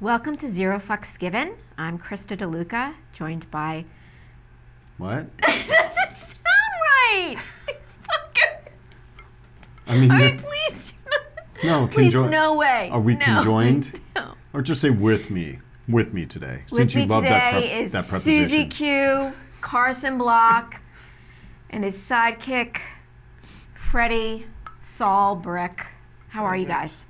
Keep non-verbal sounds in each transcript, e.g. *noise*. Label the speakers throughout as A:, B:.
A: Welcome to Zero Fucks Given. I'm Krista DeLuca, joined by.
B: What?
A: *laughs* doesn't sound right! Fucker!
B: I mean,
A: I
B: you
A: mean,
B: have-
A: please. *laughs*
B: No,
A: please,
B: conjoin-
A: no way.
B: Are Oh, we
A: No.
B: conjoined?
A: *laughs* No.
B: or just say with me, with me today,
A: With
B: since you
A: me
B: love
A: today
B: that, prep-
A: is
B: that preposition.
A: Susie Q, Carson Block, and his sidekick, Freddie Saul Brick. How are you guys?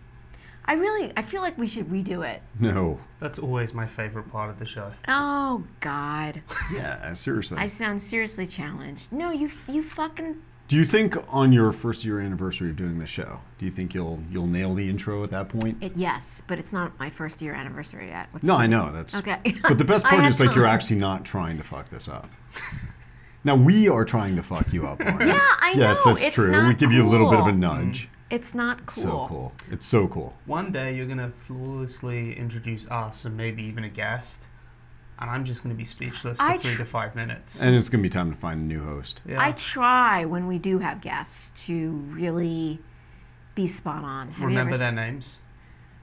A: I really, I feel like we should redo it.
B: No.
C: That's always my favorite part of the show.
A: Oh God,
B: Yeah, seriously.
A: I sound seriously challenged. No, you, you fucking.
B: do you think on your first year anniversary of doing this show, do you think you'll you'll nail the intro at that point?
A: It, yes, but it's not my first year anniversary yet. What's
B: No, I know
A: *laughs*
B: that's.
A: Okay. *laughs*
B: But the best
A: I
B: part
A: had
B: is like you're
A: some.
B: actually not trying to fuck this up. Now we are trying to fuck you up. Lauren.
A: Yeah, I
B: Yes,
A: know,
B: that's
A: it's
B: true. we
A: not
B: give you a little bit of a
A: cool.
B: nudge.
A: It's not cool.
B: So cool. It's so cool.
C: One day you're gonna flawlessly introduce us and maybe even a guest, and I'm just gonna be speechless for
A: I
C: three
A: tr-
C: to five minutes.
B: And it's gonna be time to find a new host.
C: yeah.
A: I try when we do have guests to really be spot on. Have you
C: remember
A: ever-
C: their names.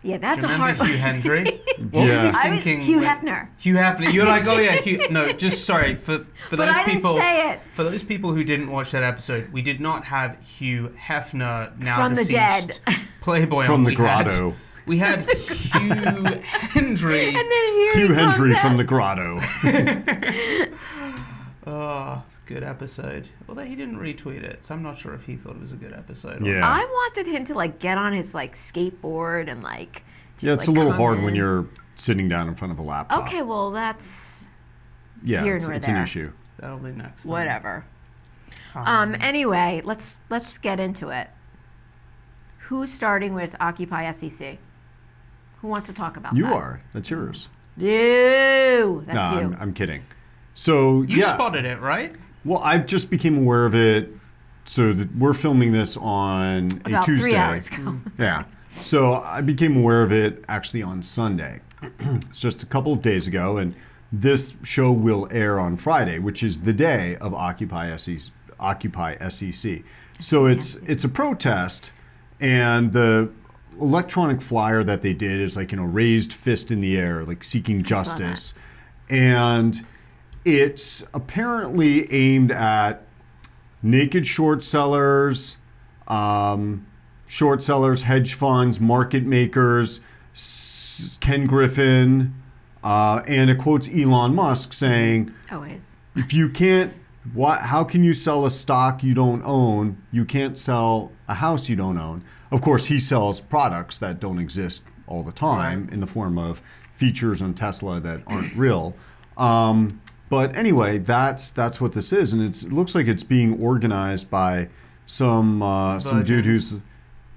A: Yeah, that's
C: Do
A: a
C: you remember
A: hard *laughs* one.
C: Hugh Hendry? What
B: Yeah.
C: were
A: I
C: you
A: was-
C: thinking?
A: Hugh
C: when-
A: Hefner.
C: Hugh Hefner. You're like, oh yeah, Hugh.
A: *laughs*
C: No, just sorry for
A: But
C: for those
A: I didn't
C: people.
A: say it.
C: For those people who didn't watch that episode, we did not have Hugh Hefner, now
A: From the
C: deceased,
A: dead.
C: Playboy
B: From
C: on.
B: the
C: We had-
B: grotto.
A: *laughs*
C: we had Hugh Hendry.
A: And then here
B: Hugh
A: he comes
B: Hendry from
A: out.
B: the
A: *laughs*
B: grotto.
C: Oh, good episode. Although he didn't retweet it, so I'm not sure if he thought it was a good episode. or-
B: Yeah.
A: I wanted him to like get on his like skateboard and like. Just,
B: yeah, it's
A: like,
B: a little
A: come
B: hard when
A: in.
B: you're sitting down in front of a laptop.
A: Okay, well that's
B: Yeah,
A: here
B: it's,
A: nor
B: it's
A: there.
B: an issue.
C: That'll be next. time.
A: whatever. Um. Anyway, let's let's get into it. Who's starting with Occupy SEC? Who wants to talk about
B: You
A: that?
B: are. That's yours.
A: You. That's
B: no,
A: you.
B: I'm, I'm kidding. So
C: You
B: yeah.
C: spotted it, right?
B: Well, I just became aware of it. So that we're filming this on
A: About
B: a Tuesday.
A: three hours ago.
B: Yeah. So I became aware of it actually on Sunday. *clears throat* it's just a couple of days ago, and this show will air on Friday, which is the day of Occupy SEC. Occupy SEC. So it's it's a protest, and the electronic flyer that they did is like you know raised fist in the air, like seeking
A: that.
B: justice, and it's apparently aimed at naked short sellers, um, short sellers, hedge funds, market makers, S- Ken Griffin, uh, and it quotes Elon Musk saying,
A: Always.
B: "If you can't, why, how can you sell a stock you don't own? You can't sell a house you don't own." Of course, he sells products that don't exist all the time in the form of features on Tesla that aren't *clears throat* real. Um, but anyway, that's that's what this is, and it's, it looks like it's being organized by some uh, some dude who's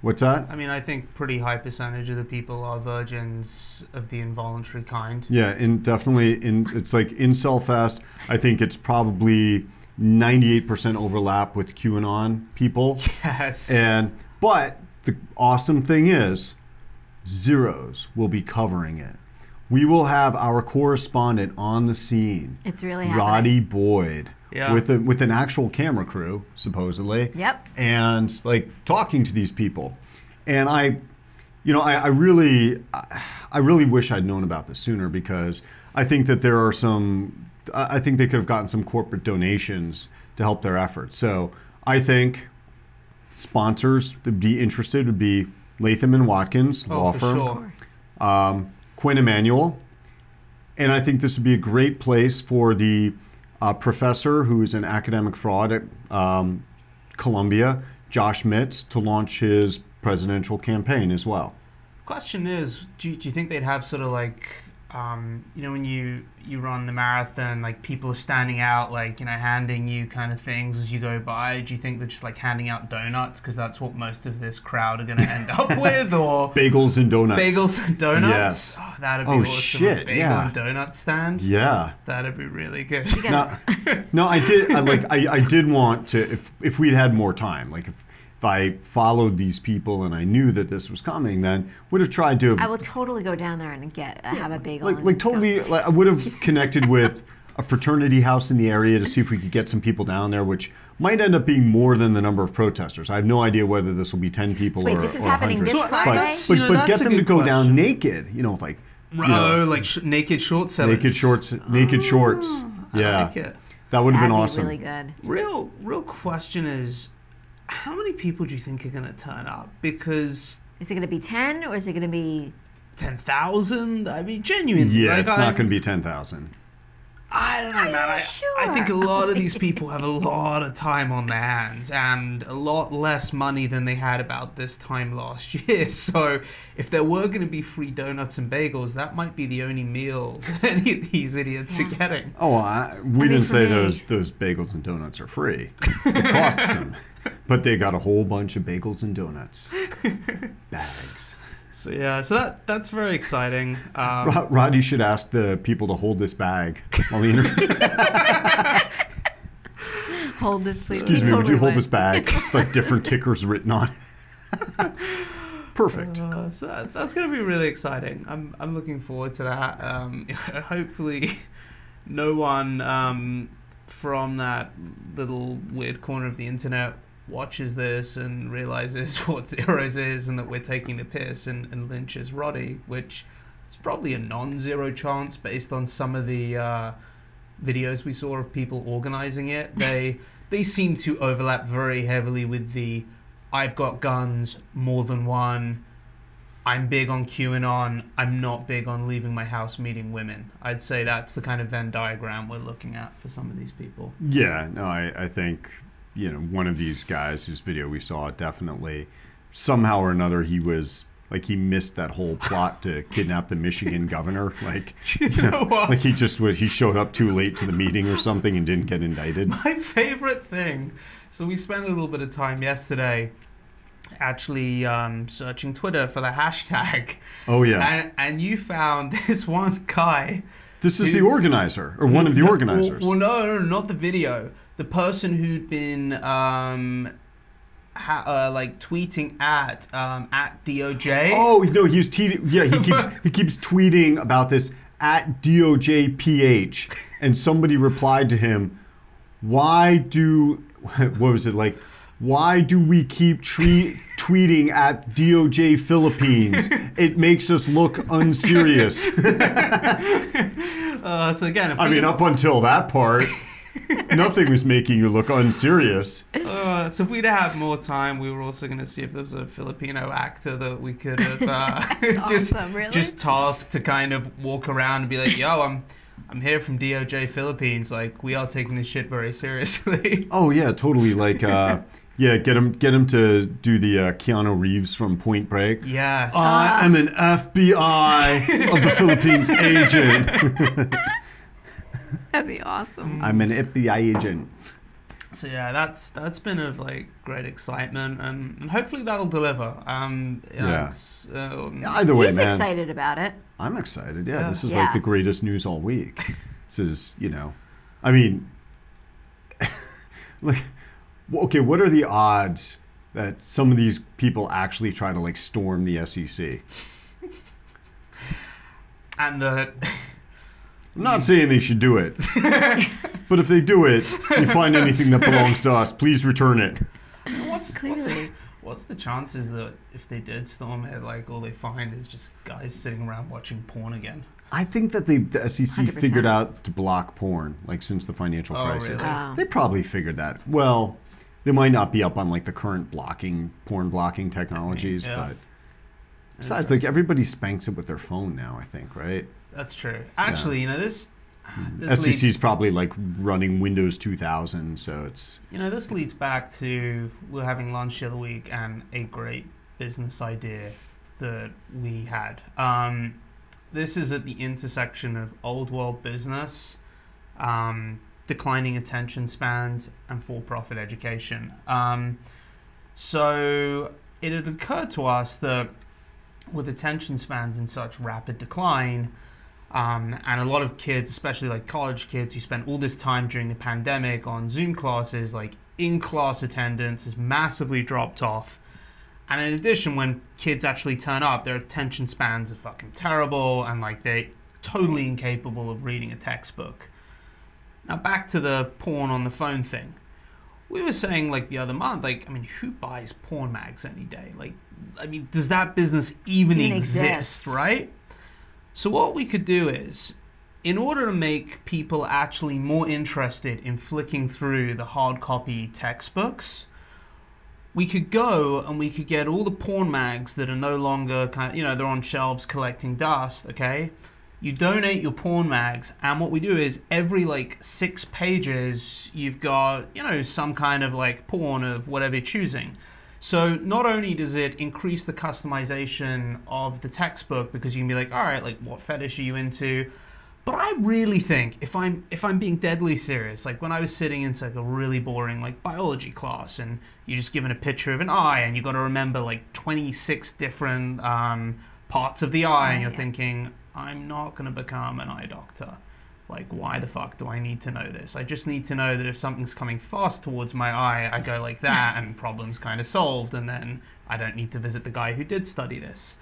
B: what's that?
C: I mean, I think pretty high percentage of the people are virgins of the involuntary kind. *laughs*
B: Yeah, and definitely in it's like incel fest. I think it's probably 98% overlap with QAnon people.
C: Yes.
B: And but the awesome thing is Zeros will be covering it. We will have our correspondent on the scene.
A: It's really happening.
B: Roddy Boyd
C: Yeah.
B: with a, with an actual camera crew supposedly.
A: Yep.
B: And like talking to these people, and I, you know, I, I really, I I really wish I'd known about this sooner because I think that there are some, I I think they could have gotten some corporate donations to help their efforts. So I think sponsors that'd be interested would be Latham and Watkins
C: Oh,
B: law
C: for
B: firm,
C: sure.
B: um, Quinn Emanuel. And I think this would be a great place for the uh, professor who is an academic fraud at um, Columbia, Josh Mitz, to launch his presidential campaign as well.
C: Question is, do, do you think they'd have sort of like, um, you know, when you you run the marathon, like people are standing out, like you know, handing you kind of things as you go by. Do you think they're just like handing out donuts because that's what most of this crowd are going to end
B: *laughs*
C: up with, or
B: Bagels and donuts.
C: bagels and
B: Yes.
C: donuts? Oh, that'd be
B: Oh,
C: awesome.
B: shit,
C: a bagel
B: yeah.
C: and donut stand.
B: Yeah.
C: That'd be really good. *laughs*
A: You gotta-
B: No, no, I did. I like. I, I did want to. If if we'd had more time, like if, if I followed these people and I knew that this was coming, then would have tried to. have-
A: I will totally go down there and get uh, have a bagel.
B: like
A: and
B: like totally.
A: donuts.
B: Like, I would have connected with a fraternity house in the area to see if we could get some people down there, which might end up being more than the number of protesters. I have no idea whether this will be ten people
A: Wait,
B: or,
A: this is
B: or
A: happening
B: 100.
A: this
B: But-
A: Friday?
B: but,
A: That's-
C: you know,
B: but
C: that's
B: get
C: a
B: them to
C: good
B: go down
C: question.
B: naked. You know, with like
C: Oh,
B: know,
C: like sh- naked short sellers.
B: naked shorts, naked shorts.
C: I
B: Yeah,
C: like it.
B: that would
A: That'd
B: have been
A: be
B: awesome.
A: really good.
C: Real, real question is, how many people do you think are going to turn up? Because
A: Is it going to be 10 or is it going to be.
C: ten thousand. I mean, genuinely.
B: yeah,
C: like,
B: it's
C: I'm-
B: not going to be ten thousand.
C: I don't know,
A: I'm
C: man.
A: not
C: I, I think a
A: sure.
C: lot of these people have a lot of time on their hands and a lot less money than they had about this time last *laughs* year. So if there were going to be free donuts and bagels, that might be the only meal *laughs* that any of these idiots are
A: Yeah.
C: getting.
B: Oh, I, we
A: mean,
B: didn't
A: for
B: say
A: me-
B: those those bagels and donuts are free. *laughs* It costs them, but they got a whole bunch of bagels and donuts bags.
C: So yeah, so that that's very exciting. Um,
B: Rod, Rod, you should ask the people to hold this bag on the interview.
A: Hold this, please.
B: Excuse me, would you
A: Totally
B: hold this bag? Like different tickers written on. it. Perfect.
C: Uh, so that, that's going to be really exciting. I'm I'm looking forward to that. Um, *laughs* hopefully, no one um, from that little weird corner of the internet watches this and realizes *laughs* what zeros is and that we're taking the piss and, and lynches Roddy, which it's probably a non-zero chance based on some of the uh, videos we saw of people organizing it. They they seem to overlap very heavily with the I've got guns, more than one. I'm big on QAnon. I'm not big on leaving my house meeting women. I'd say that's the kind of Venn diagram we're looking at for some of these people. *laughs*
B: Yeah, no, I, I think you know one of these guys whose video we saw definitely somehow or another he was like he missed that whole plot to kidnap the Michigan governor. Like
C: You know what?
B: like he just was, he showed up too late to the meeting or something and didn't get
C: *laughs*
B: indicted.
C: My favorite thing. So we spent a little bit of time yesterday actually um, searching Twitter for the hashtag.
B: Oh yeah,
C: And, and you found *laughs* this one guy.
B: this is the organizer or one of the
C: No,
B: organizers.
C: Well, well, no, no, no, not the video. The person who'd been um, ha- uh, like tweeting at um, at DOJ.
B: Oh no, he's te- yeah he keeps he keeps tweeting about this at DOJPH, and somebody replied to him, "Why do *laughs* what was it like? Why do we keep tre- tweeting at DOJ Philippines? It makes us look unserious."
C: Uh, so again, a
B: I mean,
C: friend of-
B: up until that part, nothing was making you look unserious.
C: Uh, so if we'd have had more time, we were also going to see if there was a Filipino actor that we could have uh, *laughs* just
A: awesome, really?
C: just tasked to kind of walk around and be like, "Yo, I'm I'm here from DOJ Philippines. Like, we are taking this shit very seriously." *laughs*
B: Oh yeah, totally. Like, uh, yeah, get him, get him to do the uh, Keanu Reeves from Point Break.
C: yes.
A: Ah.
B: I am an FBI of the
A: *laughs*
B: Philippines agent.
A: That'd be awesome.
B: I'm an FBI agent.
C: So yeah, that's that's been of like great excitement, and, and hopefully that'll deliver. Um, yeah.
B: Yeah.
C: It's, um,
B: Either way,
A: He's
B: man.
A: excited about it.
B: I'm excited. Yeah,
C: Yeah.
B: this is
A: Yeah.
B: like the greatest news all week. this is, you know, I mean, *laughs* like, w- okay, what are the odds that some of these people actually try to like storm the E SEC?
C: and the
B: I'm not saying they should
A: *laughs*
B: do it, but if they do it, you find anything that belongs to us, please return it.
C: what's what's,
A: Clearly.
C: what's the chances that if they did storm it, like all they find is just guys sitting around watching porn again?
B: I think that they, the SEC
A: 100%.
B: figured out to block porn, like since the financial
C: Oh,
B: crisis.
C: really?
A: Oh.
B: They probably figured that. Well, they might not be up on like the current blocking porn blocking technologies,
C: Yeah.
B: but besides, like everybody spanks it with their phone now. I think, right? Mm.
C: That's true. Actually, you know this. this
B: SEC's
C: leads,
B: probably like running Windows 2000, so it's
C: you know this leads back to we were having lunch the other week and a great business idea that we had. Um, this is at the intersection of old world business, um, declining attention spans, and for profit education. Um, so it had occurred to us that with attention spans in such rapid decline, um, and a lot of kids, especially like college kids, who spent all this time during the pandemic on Zoom classes, like in class attendance has massively dropped off. And in addition, when kids actually turn up, their attention spans are fucking terrible and like they're totally incapable of reading a textbook. Now, back to the porn on the phone thing. We were saying like the other month, like, I mean, who buys porn mags any day? Like, I mean, does that business even,
A: Even
C: exist,
A: exists.
C: right? So what we could do is, in order to make people actually more interested in flicking through the hard copy textbooks, we could go and we could get all the porn mags that are no longer kind you know they're on shelves collecting dust. Okay, you donate your porn mags, and what we do is every like six pages you've got you know some kind of like porn of whatever you're choosing. So not only does it increase the customization of the textbook because you can be like, all right, like what fetish are you into? But I really think if I'm if I'm being deadly serious, like when I was sitting in like a really boring like biology class and you're just given a picture of an eye and you got to remember like 26 different um, parts of the eye and you're
A: Yeah.
C: thinking, I'm not gonna become an eye doctor. Like why the fuck do I need to know this? I just need to know that if something's coming fast towards my eye, I go like that and problems kind of solved and then I don't need to visit the guy who did study this.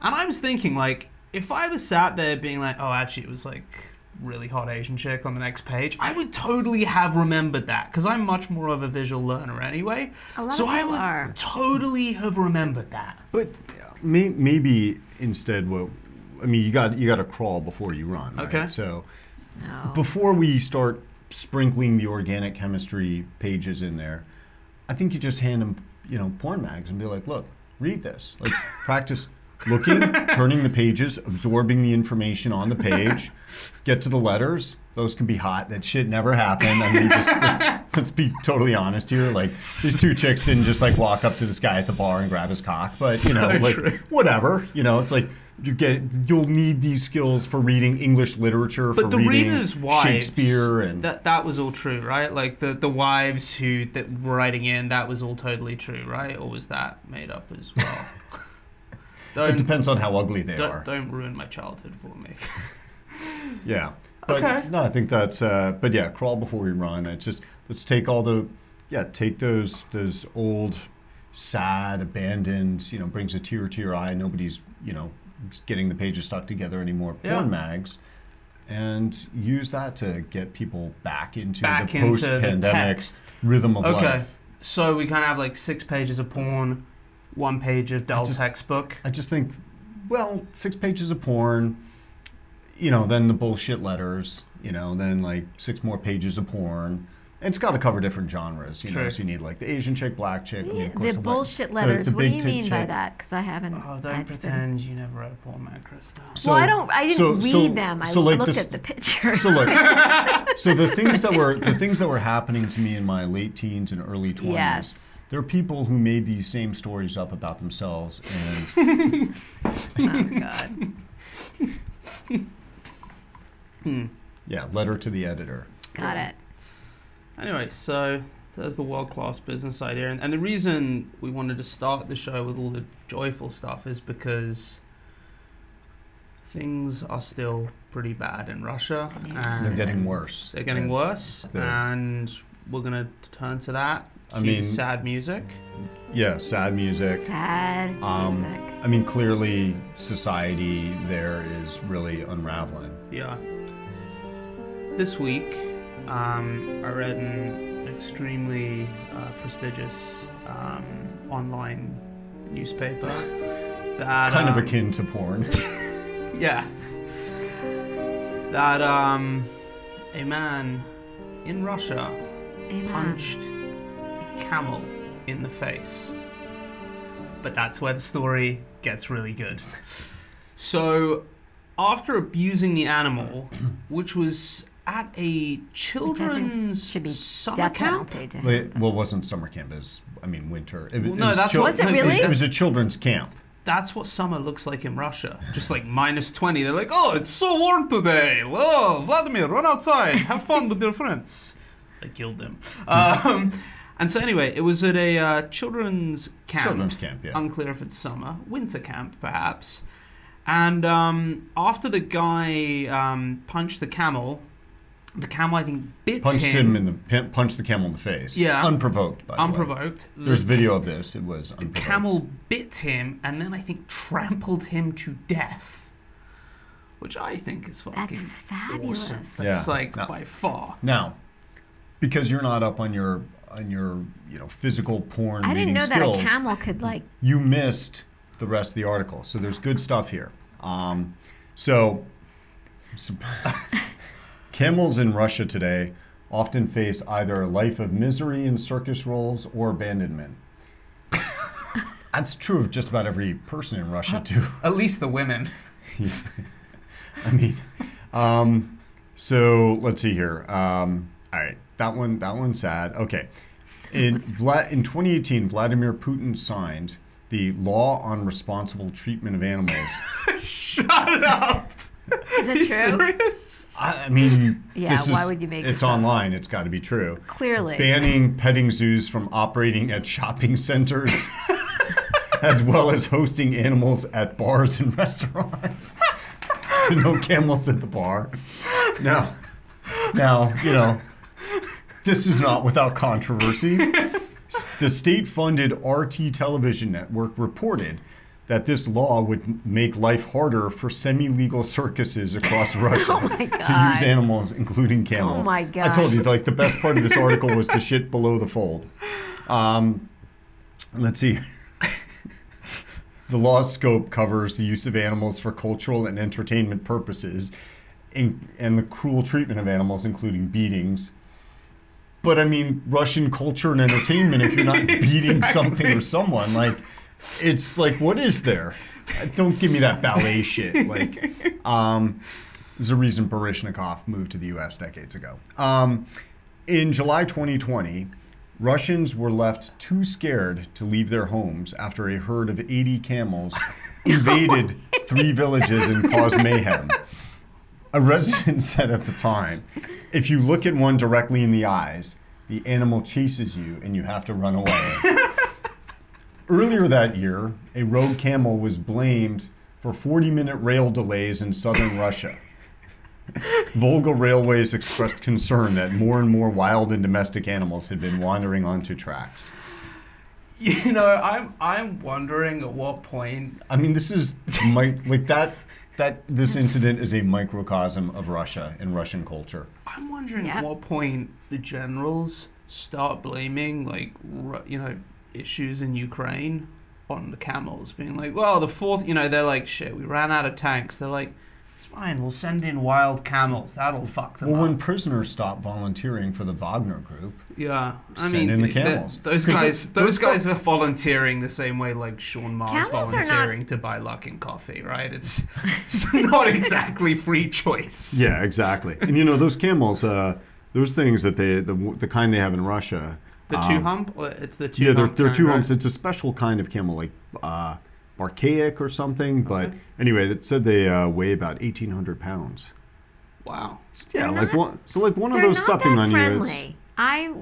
C: And I was thinking, like, if I was sat there being like, oh, actually, it was like really hot Asian chick on the next page, I would totally have remembered that because I'm much more of a visual learner anyway.
A: A lot
C: So
A: of
C: I
A: people
C: would
A: are.
C: totally have remembered that.
B: But may, maybe instead, what I mean, you got you got to crawl before you run. right?
C: Okay.
B: So
A: No.
B: before we start sprinkling the organic chemistry pages in there, I think you just hand them, you know, porn mags and be like, look, read this.
C: *laughs*
B: Like, practice looking, turning the pages, absorbing the information on the page, get to the letters. Those can be hot. That shit never happened. I mean, just *laughs* let's be totally honest here. Like, these two chicks didn't just like walk up to this guy at the bar and grab his cock, but you know,
C: *laughs* So
B: like,
C: true.
B: whatever. You know, it's like, you get you'll need these skills for reading English literature
C: But
B: for
C: the
B: reading
C: readers' wives,
B: Shakespeare and
C: that that was all true, right? Like the the wives who that were writing in, that was all totally true, right? Or was that made up
B: *laughs*
C: as well?
B: it
C: don't,
B: depends on how ugly they are.
C: don't don't ruin my childhood for me.
B: Yeah. But
C: Okay.
B: no, I think that's uh but yeah, crawl before you run. It's just let's take all the yeah, take those those old sad, abandoned, you know, brings a tear to your eye, nobody's, you know, getting the pages stuck together anymore
C: Yeah.
B: porn mags and use that to get people back into
C: Back
B: the
C: into
B: post
C: the
B: pandemic
C: text.
B: rhythm of
C: Okay.
B: life.
C: So we kind of have like six pages of porn, one page of dull
B: just-
C: textbook.
B: I just think, well, six pages of porn, you know, then the bullshit letters, you know, then like six more pages of porn. And It's got to cover different genres, you know.
C: True.
B: So you need like the Asian chick, black chick, and of course
A: the
B: the white-
A: bullshit
B: the-
A: letters.
B: the
A: what do
B: big
A: you
B: tit
A: mean by
B: chick.
A: that? Because I haven't.
C: Oh, don't
A: I've been-
C: pretend you never read a porn mag, Krista.
A: well, I don't. I didn't
B: so-
A: read
B: so-
A: them. I
B: so, like,
A: looked
B: this-
A: at the pictures.
B: So
A: *laughs*
B: look, so the things that were the things that were happening to me in my late teens and early twenties.
A: Yes.
B: There are people who made these same stories up about themselves, and *laughs*
A: oh God.
C: Hmm.
B: yeah, letter to the editor.
A: Got it.
C: Anyway, so there's the world class business idea. And, and the reason we wanted to start the show with all the joyful stuff is because things are still pretty bad in Russia.
A: Yeah.
C: And
B: They're getting worse.
C: They're getting worse.
B: Yeah.
C: And we're going to turn to that.
B: I
C: Cue
B: mean-
C: sad music.
B: Yeah, sad music.
A: Sad
B: Um,
A: music.
B: I mean, clearly, society there is really unraveling.
C: Yeah. This week, um, I read an extremely uh, prestigious um, online newspaper that
B: kind of
C: um,
B: akin to porn. *laughs*
C: Yes. That um, a man in Russia
A: Amen.
C: punched a camel in the face. But that's where the story gets really good. So, after abusing the animal, which was at a children's
A: should be
C: summer
A: Death
C: camp,
A: penalty. to him.
B: It- well, it wasn't summer camp. It was, I mean, winter. It,
C: Well, no, that's what-
A: Was it
C: no,
B: was-
A: really?
B: It was a children's camp.
C: that's what summer looks like in Russia. Just like minus 20. They're like, oh, it's so warm today. Oh, Vladimir, run outside. Have fun with your friends. I killed them. Um, and so, anyway, it was at a uh, children's camp.
B: Children's camp, yeah.
C: Unclear if it's summer, winter camp, perhaps. And um, after the guy um, punched the camel, the camel, I think, bit
B: Punched him in the pin- punched the camel in the face.
C: Yeah.
B: unprovoked. By the way.
C: unprovoked.
B: There's
C: The
B: video of this. It was unprovoked.
C: camel bit him and then I think trampled him to death, which I think is
A: That's
C: fucking
A: fabulous.
C: awesome. That's
B: Yeah.
C: like
B: No.
C: by far.
B: Now, because you're not up on your on your you know physical porn.
A: I didn't
B: reading
A: know
B: skills,
A: that a
B: *laughs*
A: camel could like.
B: you missed the rest of the article. So there's good stuff here. Um, So, so *laughs* camels in Russia today often face either a life of misery in circus roles or abandonment. *laughs* That's true of just about every person in Russia, too.
C: At least the women.
B: I mean, um, so let's see here. Um, all right, that one, that one's sad. Okay, in Vla- in 2018, Vladimir Putin signed the law on responsible treatment
A: *laughs*
B: of animals.
C: *laughs* Shut up.
A: Is
C: Are
A: it
C: you
A: true?
C: serious?
B: I, I mean,
A: Yeah,
B: this
A: why
B: is-
A: would you make
B: It's
A: this up?
B: online. It's got to be true.
A: Clearly. *laughs*
B: Banning petting zoos from operating at shopping centers. As well as hosting animals at bars and restaurants. so no camels at the bar. Now, now, you know, this is not without controversy. S- the state funded RT television network reported that this law would make life harder for semi legal circuses across Russia
A: Oh my
B: *laughs* to use
A: God. Oh
B: animals, including camels.
A: my
B: I told
A: gosh.
B: you, like, the best part of this article
A: *laughs*
B: was the shit below the fold. Um, let's see. *laughs* The law's scope covers the use of animals for cultural and entertainment purposes in, and the cruel treatment of animals, including beatings. But I mean, Russian culture and entertainment, if you're not beating something or someone, like, it's like, what is there? Uh, Don't give me that ballet shit. Like, um, there's a reason Baryshnikov moved to the US decades ago. Um, in July 2020, Russians were left too scared to leave their homes after a herd of 80 camels invaded three villages and caused mayhem. A resident *laughs* said at the time, if you look at one directly in the eyes, the animal chases you and you have to run away. Earlier that year, a rogue camel was blamed for 40 minute rail delays in southern Russia. Volga Railways expressed concern that more and more wild and domestic animals had been wandering onto tracks.
C: You know, I'm I'm wondering at what point
B: I mean, this is mi- like that. That this incident is a microcosm of Russia and Russian culture.
C: I'm wondering
A: Yeah.
C: at what point the generals start blaming like Ru- you know issues in Ukraine on the camels, being like, well, the fourth, you know, they're like, shit, we ran out of tanks. They're like, it's fine, we'll send in wild camels. That'll fuck them
B: Well, when
C: up.
B: prisoners stopped volunteering for the Wagner group,
C: yeah, I
B: Send
C: mean,
B: in the
C: th- th-
B: camels.
C: those
B: 'Cause
C: guys,
B: th-
C: those
B: those
C: guys are volunteering the same way like Sean Mars
A: Camels are not-
C: volunteering to buy luck in coffee, right? It's it's *laughs* not exactly free choice.
B: Yeah, exactly. And you know those camels, uh, those things that they the, the kind they have in Russia.
C: The two
B: um,
C: hump, or it's the two.
B: Yeah, they're,
C: hump
B: they're
C: kind,
B: two
C: right?
B: humps. It's a special kind of camel, like uh, barcaic or something. But anyway, it said they uh, weigh about eighteen hundred pounds.
C: Wow.
B: Yeah,
A: They're
B: like
A: not-
B: one. So like one of
A: They're
B: those
A: not
B: stepping
A: that
B: on you.
A: friendly.
B: It's,
A: I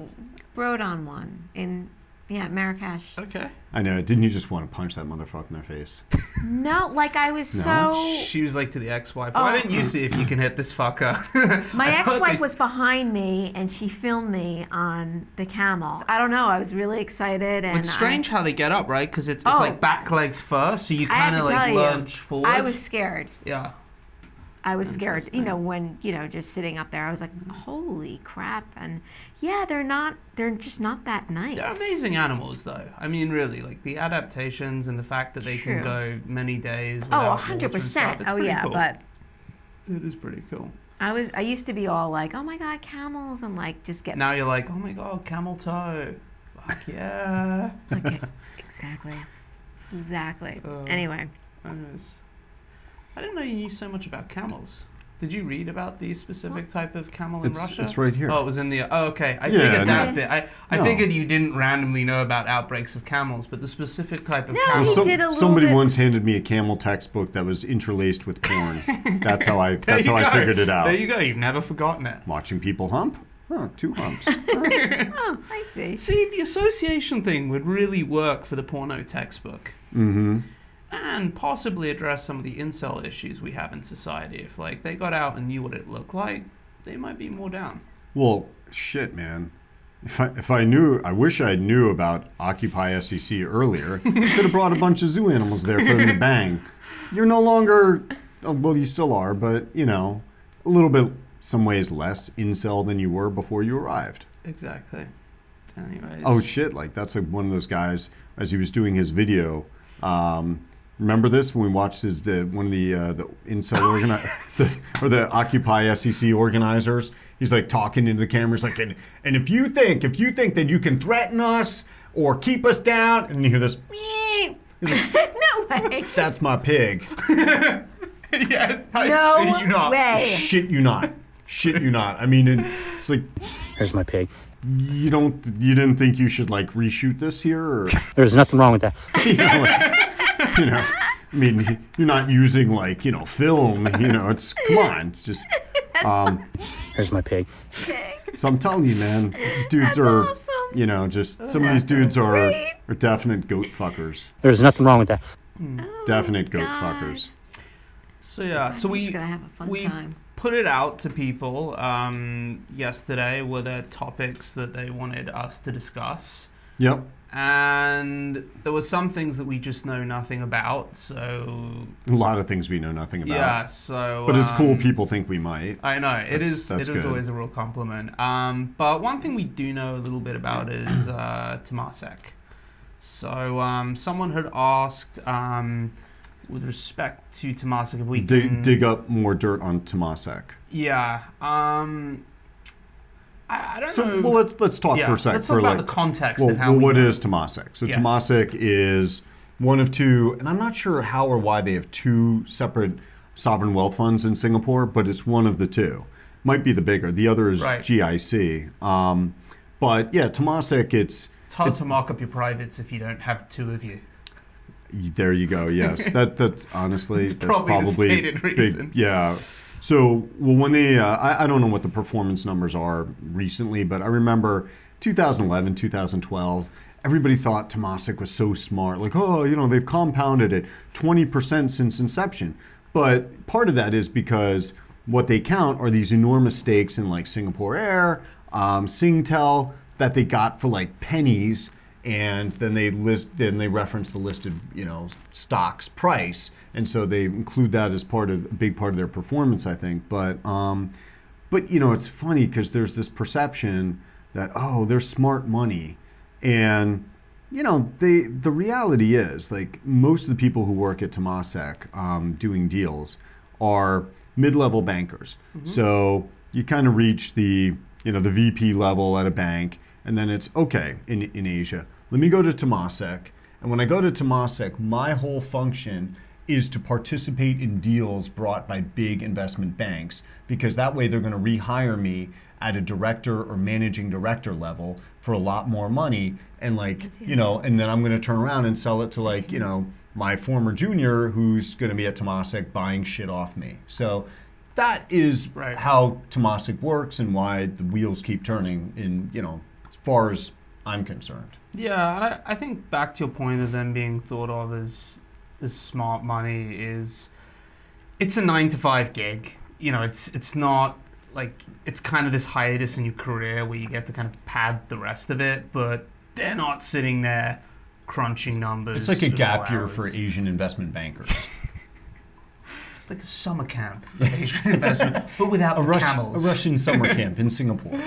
A: rode on one in yeah Marrakesh.
C: Okay.
B: I know. Didn't you just want to punch that motherfucker in their face?
A: No, like I was
B: No.
A: so.
C: She was like to the ex-wife,
A: Oh.
C: "Why don't you see if you can hit this fucker?" *laughs*
A: My
C: I thought
A: ex-wife
C: they-
A: was behind me, and she filmed me on the camel. I don't know. I was really excited, and
C: It's
A: I-
C: strange how they get up, right? Because it's, it's
A: Oh.
C: like back legs first, so you
A: I have
C: kind
A: to
C: of
A: tell
C: like
A: you,
C: lunge forward.
A: I was scared.
C: yeah.
A: I was scared. You
C: Interesting.
A: know, when you know, just sitting up there, I was like, "Holy crap!" And yeah, they're not. They're just not that nice.
C: They're amazing animals, though. I mean, really, like the adaptations and the fact that they
A: True.
C: can go many days.
A: Oh,
C: without
A: a
C: water and
A: hundred
C: stuff,
A: percent.
C: it's
A: Oh
C: pretty
A: yeah,
C: cool.
A: but
C: it is pretty cool.
A: I was. I used to be all like, "Oh my god, camels!" and like just get
C: Now you're like, oh my god, camel toe. Fuck *laughs* yeah.
A: *laughs*
C: *laughs*
A: Okay. exactly. Exactly.
C: Uh, *laughs*
A: anyway,
C: I was- I didn't know you knew so much about camels. Did you read about the specific type of camel in
B: It's
C: Russia?
B: it's right here.
C: Oh, it was in the. Oh, okay. I
B: Yeah,
C: figured
B: no.
C: that bit. I, I
B: No.
C: figured you didn't randomly know about outbreaks of camels, but the specific type of
A: No,
B: Well,
C: camel.
A: he
B: some-
A: did a little
B: somebody
A: bit-
B: once handed me a camel textbook that was interlaced with porn. that's how I.
C: There
B: That's
C: you
B: how I
C: go.
B: figured it out.
C: There you go. You've never forgotten it.
B: Watching people hump. Huh, two humps.
A: oh, I
C: *laughs*
A: see. *laughs*
C: See, the association thing would really work for the porno textbook.
B: mm-hmm.
C: And possibly address some of the incel issues we have in society. If like they got out and knew what it looked like, they might be more down.
B: Well, shit, man. If I, if I knew, I wish I knew about Occupy SEC earlier. Could have brought a bunch of zoo animals there for them to bang. You're no longer, oh, well, you still are, but you know, a little bit, some ways less incel than you were before you arrived.
C: Exactly. Anyways. *laughs*
B: Oh shit! Like that's like one of those guys. As he was doing his video, um, Remember this when we watched his the, one of the uh, the incel organi- *laughs* the, or the Occupy SEC organizers. He's like talking into the camera. He's like, and, and if you think if you think that you can threaten us or keep us down, and you hear this, "Meep." He's like,
A: no
C: *laughs*
A: way.
B: that's my pig.
C: yeah. I
A: No
C: kid you not.
A: way.
B: Shit you not. Shit you not. I mean, and it's like
D: There's my pig.
B: you don't you didn't think you should like reshoot this here or
D: There's nothing wrong with that.
B: *laughs* you know, like, you know, I mean, you're not using like you know film. You know, it's come on, it's just. Um,
D: There's my pig.
B: so I'm telling you, man, these dudes
A: That's
B: are,
A: awesome.
B: you know, just
C: Oh,
B: some of these dudes are
A: great. Oh
B: are definite goat fuckers.
D: There's nothing wrong with that.
B: Definite goat
A: God.
B: fuckers.
C: So yeah. So
A: He's
C: we
A: gonna have a fun
C: we
A: time.
C: put it out to people um, yesterday. Were there topics that they wanted us to discuss?
B: Yep.
C: And there were some things that we just know nothing about. So
B: A lot of things we know nothing about.
C: yeah. So
B: But it's cool.
C: um,
B: People think we might.
C: I know it
B: That's-
C: is.
B: that's
C: it is
B: good.
C: always a real compliment. Um, but one thing we do know a little bit about is uh, Tomasek. So um, someone had asked um, with respect to Tomasek if we can
B: Dig, dig up more dirt on Tomasek.
C: Yeah. Um, I, I don't
B: So
C: know.
B: well, let's let's talk
C: Hmm. yeah,
B: for a sec
C: Let's
B: for
C: talk about
B: like
C: the context
B: Well,
C: of how
B: well
C: we
B: what
C: know.
B: is Tomasic? So
C: Yes.
B: Tomasic is one of two, and I'm not sure how or why they have two separate sovereign wealth funds in Singapore, but it's one of the two. Might be the bigger. The other is
C: Right.
B: GIC. Um, but yeah, Tomasic, it's
C: It's hard to mark up your privates if you don't have two of you.
B: there. You go. Yes, that that's honestly
C: It's
B: that's
C: probably
B: probably,
C: the stated
B: big-
C: reason.
B: Yeah. So well, when they uh, I, I don't know what the performance numbers are recently, but I remember 2011, 2012. Everybody thought Tomasic was so smart, like oh, you know, they've compounded it 20% since inception. But part of that is because what they count are these enormous stakes in like Singapore Air, um, Singtel that they got for like pennies and then they list then they reference the listed you know stocks price and so they include that as part of a big part of their performance i think but um but you know it's funny because there's this perception that oh they're smart money and you know they the reality is like most of the people who work at Temasek um, doing deals are mid-level bankers so you kind of reach the you know the VP level at a bank and then it's okay in, in Asia let me go to Temasek and when I go to Temasek my whole function is to participate in deals brought by big investment banks because that way they're going to rehire me at a director or managing director level for a lot more money and like
A: Yes,
B: you know
A: yes.
B: and then i'm going to turn around and sell it to like you know my former junior who's going to be at Tomasic buying shit off me so that is
C: Right.
B: how Tomasic works and why the wheels keep turning in you know as far as i'm concerned
C: Yeah, and I, I think back to your point of them being thought of as as smart money is it's a nine to five gig. You know, it's it's not like it's kind of this hiatus in your career where you get to kind of pad the rest of it, but they're not sitting there crunching
B: it's
C: numbers.
B: like a
C: and all
B: gap year for
C: hours.
B: asian investment bankers
C: like a summer camp for *laughs* Asian investment, but without
B: a,
C: the
B: Russian a
C: camels.
B: russian
C: *laughs*
B: summer camp in singapore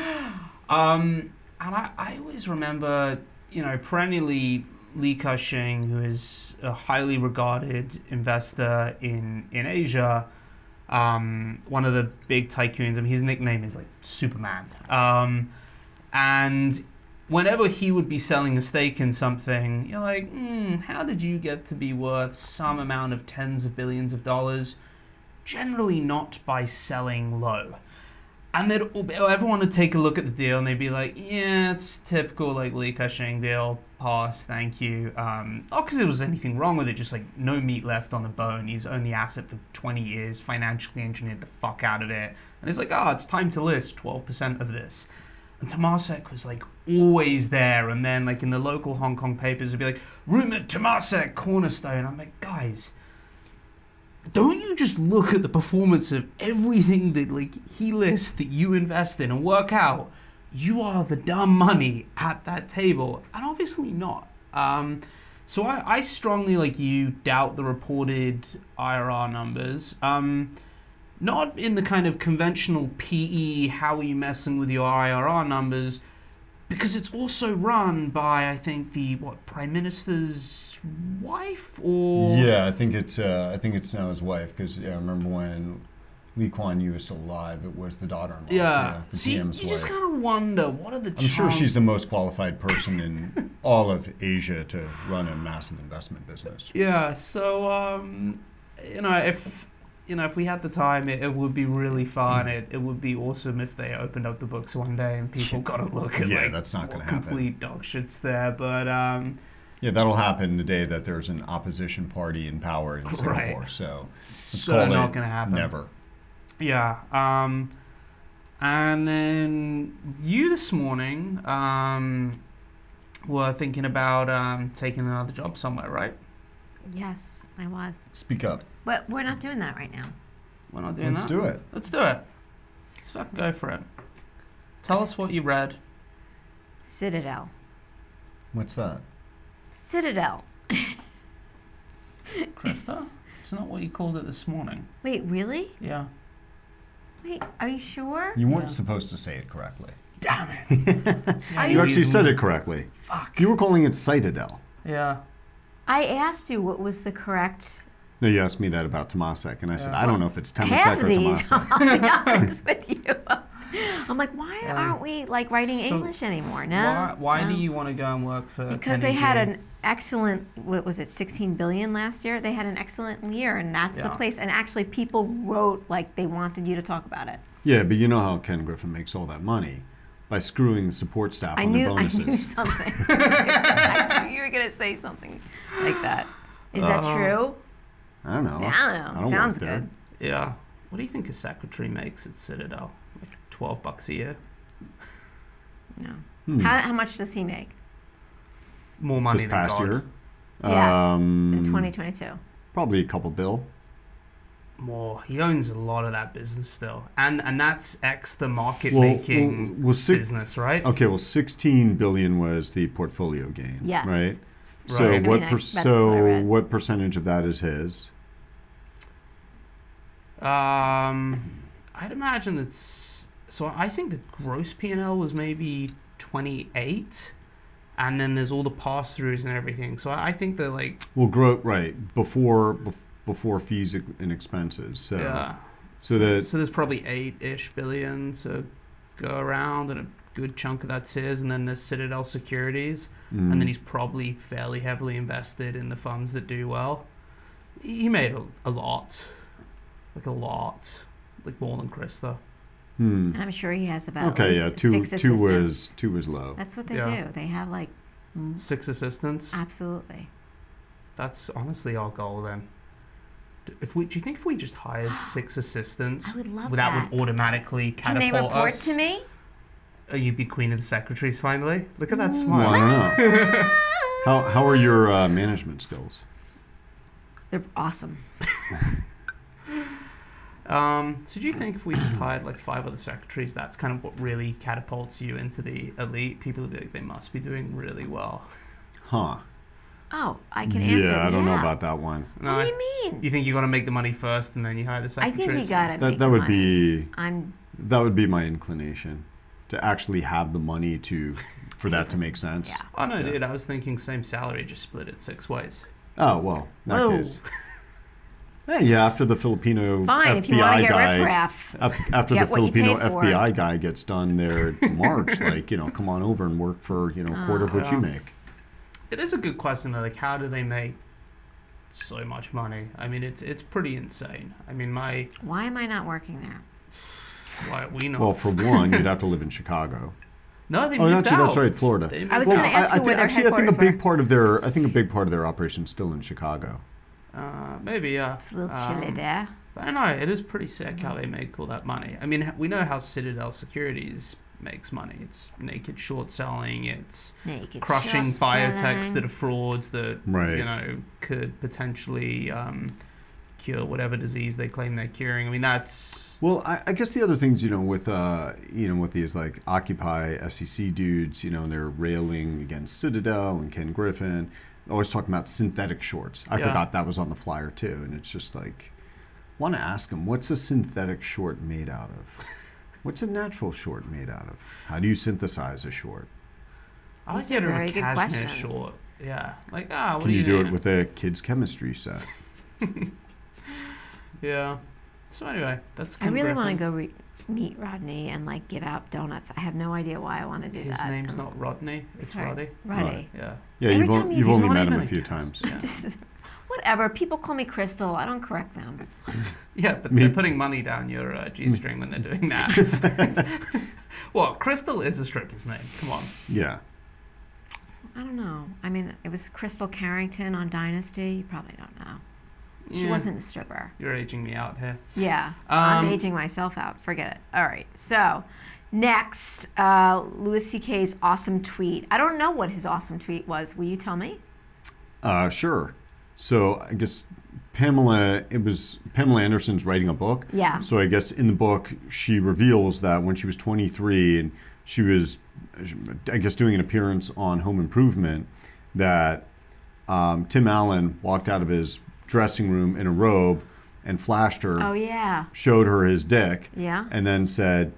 C: Um, and I, I always remember, you know, perennially Li Ka-shing, who is a highly regarded investor in, in Asia, um, one of the big tycoons. I mean, his nickname is like Superman. Um, and whenever he would be selling a stake in something, you're like, hmm, how did you get to be worth some amount of tens of billions of dollars? Generally, not by selling low. And then everyone would take a look at the deal and they'd be like, yeah, it's typical like Lee Cushing deal, pass, thank you. Um, not because there was anything wrong with it, just like no meat left on the bone. He's owned the asset for 20 years, financially engineered the fuck out of it. And it's like, ah, it's time to list 12% of this. And Tomasek was like always there. And then like in the local Hong Kong papers would be like, rumored Tomasek, Cornerstone. I'm like, guys, don't you just look at the performance of everything that like he lists that you invest in and work out you are the dumb money at that table and obviously not um, so I, I strongly like you doubt the reported irr numbers um, not E, in the kind of conventional pe how are you messing with your irr numbers because it's also run by I think the what prime minister's wife or
B: Yeah, I think it's uh, I think it's now his wife because yeah, I remember when Lee Kuan Yew was still alive, it was the daughter-in-law. so,
C: Yeah.
B: the
C: See,
B: GM's
C: you
B: wife.
C: just kind of wonder what are the
B: I'm sure she's the most qualified person
C: *laughs*
B: in all of Asia to run a massive investment business.
C: Yeah, so um, you know, if you know, if we had the time, it, it would be
B: Mm.
C: really fun. It, it would be awesome if they opened up the books one day
B: *laughs*
C: and people got to look at
B: Yeah,
C: like
B: that's not
C: what
B: gonna happen.
C: complete dog shits there. But um,
B: Yeah, that'll happen the day that there's an opposition party in power in
C: Right.
B: Singapore. So let's
C: so
B: call
C: not
B: it
C: gonna happen.
B: never.
C: Yeah. Um, and then you this morning um, were thinking about um, taking another job somewhere, right?
A: Yes, I was.
B: Speak up.
A: But we're not doing that right now.
C: We're not doing
B: Let's
C: that.
B: do it.
C: Let's do it. Let's fucking go for it. Tell us what you read.
A: Citadel.
B: What's that?
A: Citadel.
C: Krista? It's not what you called it this morning.
A: Wait, really?
C: Yeah.
A: Wait, are you sure?
B: You weren't
C: Yeah.
B: supposed to say it correctly.
C: Damn it.
A: Are
B: You actually said it correctly.
C: Fuck.
B: You were calling it Citadel.
C: Yeah.
A: I asked you what was the correct.
B: No, you asked me that about Tomasek, and I said,
C: Yeah.
B: I don't know if it's Temasek
A: Have *laughs*
B: or
A: these?
B: Tomasek.
A: I'll
B: *laughs*
A: be honest with you. I'm like, why
C: Um,
A: aren't we like writing
C: so
A: English anymore? No.
C: Why, why
A: no.
C: do you uh, want to go and work for
A: Because
C: Kenny
A: they had
C: G?
A: an excellent, what was it, 16 billion last year? They had an excellent year, and that's the
C: Yeah.
A: place. And actually, people wrote like they wanted you to talk about it.
B: Yeah, but you know how Ken Griffin makes all that money by screwing the support staff
A: I
B: on
A: knew,
B: the
A: I knew
B: bonuses.
A: *laughs* something.
B: *laughs*
A: I knew you were going to say something like that. Is that
C: Uh,
A: true?
B: I, don't know.
A: I don't know.
B: Oh. I don't
A: Sounds
B: work there.
A: good.
C: Yeah. What do you think a secretary makes at Citadel? Like 12 bucks a year?
A: No.
B: Hmm.
A: How, how much does he make
C: More money
B: this
C: than
B: past
C: God.
B: year.
A: Yeah,
B: Um,
A: in 2022?
B: Probably a couple bill.
C: More. He owns a lot of that business still. And and that's X the market
B: Well,
C: making
B: well, well, six-
C: business, right?
B: Okay, well, 16 billion was the portfolio gain.
A: Yes.
B: Right. So
C: Right. I
B: what?
A: mean, I-
B: per-
A: that's what I
B: so
A: read.
B: what percentage of that is his?
C: Um, I'd imagine it's so. I think the gross P and L was maybe twenty eight, and then there's all the pass throughs and everything. So I I think they're like
B: Well, grow right before bef- before fees ex- and expenses. So
C: yeah.
B: so that
C: So there's probably eight ish billion to go around, and a good chunk of that's his. And then there's Citadel Securities,
B: mm,
C: and
B: Hmm.
C: then he's probably fairly heavily invested in the funds that do well. He made a, a lot, like a lot, like more than Krista.
B: Hmm.
A: And I'm sure he has about at
B: Okay, yeah,
A: least
B: two
A: six
B: two was
A: assistants.
B: two was low.
A: That's what they
C: Yeah.
A: do. They have like, mm,
C: Six assistants.
A: absolutely.
C: That's honestly our goal then. D- If we, do you think if we just
A: *gasps*
C: hired six assistants,
A: I would love
C: that
A: that.
C: would automatically
A: Can they
C: catapult
A: report
C: us?
A: to me?
C: Oh, you'd be queen of the secretaries finally. Look at
A: Mm.
C: that
B: Well, I
C: smile.
B: don't know.
A: *laughs*
B: How, how are your uh, management skills?
A: They're awesome.
C: Um, so do you think if we just hired like five other secretaries, that's kind of what really catapults you into the elite? People would be like, they must be doing really well.
B: Huh?
A: Oh, I can
B: yeah,
A: answer.
B: I don't know
A: yeah.
B: about that one.
C: No,
A: What do you mean?
C: you think you got to make the money first and then you hire the
A: I
C: secretaries?
A: think he got it.
B: That that would be
A: I'm.
B: that would be my inclination to actually have the money to for that to make sense.
A: Yeah.
C: Oh no,
B: Yeah.
C: dude! I was thinking same salary, just split it six ways.
B: Oh well, in that
C: Whoa.
B: case. *laughs* Hey, yeah, after the Filipino
A: Fine,
B: FBI
A: if you want to get
B: guy,
A: riffraff.
B: af- after
A: Get
B: the
A: what you
B: Filipino
A: pay for.
B: FBI guy gets done their
A: *laughs*
B: march, like you know, come on over and work for you know a quarter of what
A: Oh.
C: Yeah.
B: you make.
C: It is a good question though. Like, how do they make so much money? I mean, it's it's pretty insane. I mean, my
A: Why am I not working there?
C: why we know.
B: Well, for one, you'd have to live in Chicago.
A: *laughs*
C: no, they
B: Oh,
C: moved
B: that's
C: out.
B: that's right, Florida.
C: They
A: I was
C: moved
A: gonna
C: out.
A: ask you
B: thi-
A: where their
B: actually, I think a
A: headquarters
B: big part of their I think a big part of their operation's still in Chicago.
C: Uh, maybe yeah.
A: It's a little chilly
C: Um,
A: there.
C: But I don't know it is pretty sick how they make all that money. I mean, h- we know how Citadel Securities makes money. It's naked short selling. It's
A: Naked.
C: crushing
A: just
C: biotechs
A: smelling.
C: that are frauds that
B: Right.
C: you know could potentially um, cure whatever disease they claim they're curing. I mean, that's
B: Well, I, I guess the other things you know with uh, you know with these like Occupy SEC dudes, you know, and they're railing against Citadel and Ken Griffin, always talking about synthetic shorts. I
C: Yeah.
B: forgot that was on the flyer too, and it's just like, want to ask him what's a synthetic short
A: *laughs*
B: made out of? What's a natural short made out of? How do you synthesize a short?
C: I like
A: These
C: the
A: are
C: idea
A: very
C: of a
A: good
C: cashmere
A: questions.
C: short. Yeah. Like
A: Oh,
C: ah, what
B: Can
C: are
B: you do
C: doing?
B: it with a kids' chemistry
A: *laughs*
B: set?
C: Yeah. So anyway, that's.
A: I
C: Ken
A: really want to
C: Griffin.
A: go re- meet Rodney and like give out donuts. I have no idea why I want to do
C: His
A: that.
C: name's
A: Um,
C: not Rodney. It's
A: sorry.
C: Roddy.
A: Rodney.
B: Right.
C: Yeah.
B: Yeah,
A: Every
B: you've,
A: time
B: on,
A: you
B: you've
A: use
B: only
C: one,
B: met him
C: even
B: a
C: it
B: few
C: counts.
A: *laughs*
B: times.
C: Yeah.
A: Whatever. People call me Crystal. I don't correct them.
C: Yeah, but
B: Me-
C: they're putting money down your uh, G-string when they're doing that.
B: *laughs*
C: *laughs* well, Crystal is a stripper's name. Come on.
B: Yeah.
A: I don't know. I mean, it was Crystal Carrington on Dynasty. You probably don't know. She
C: Yeah.
A: wasn't a stripper.
C: You're aging me out here.
A: Yeah. I'm
C: Um,
A: aging myself out. Forget it. All right. So, next, uh, Louis C.K.'s awesome tweet. I don't know what his awesome tweet was. Will you tell me?
B: Uh, sure. So I guess Pamela, it was Pamela Anderson's writing a book.
A: Yeah.
B: So I guess in the book, she reveals that when she was 23 and she was, I guess, doing an appearance on Home Improvement, that um, Tim Allen walked out of his dressing room in a robe and flashed her,
A: Oh, yeah.
B: showed her his dick,
A: Yeah.
B: and then said,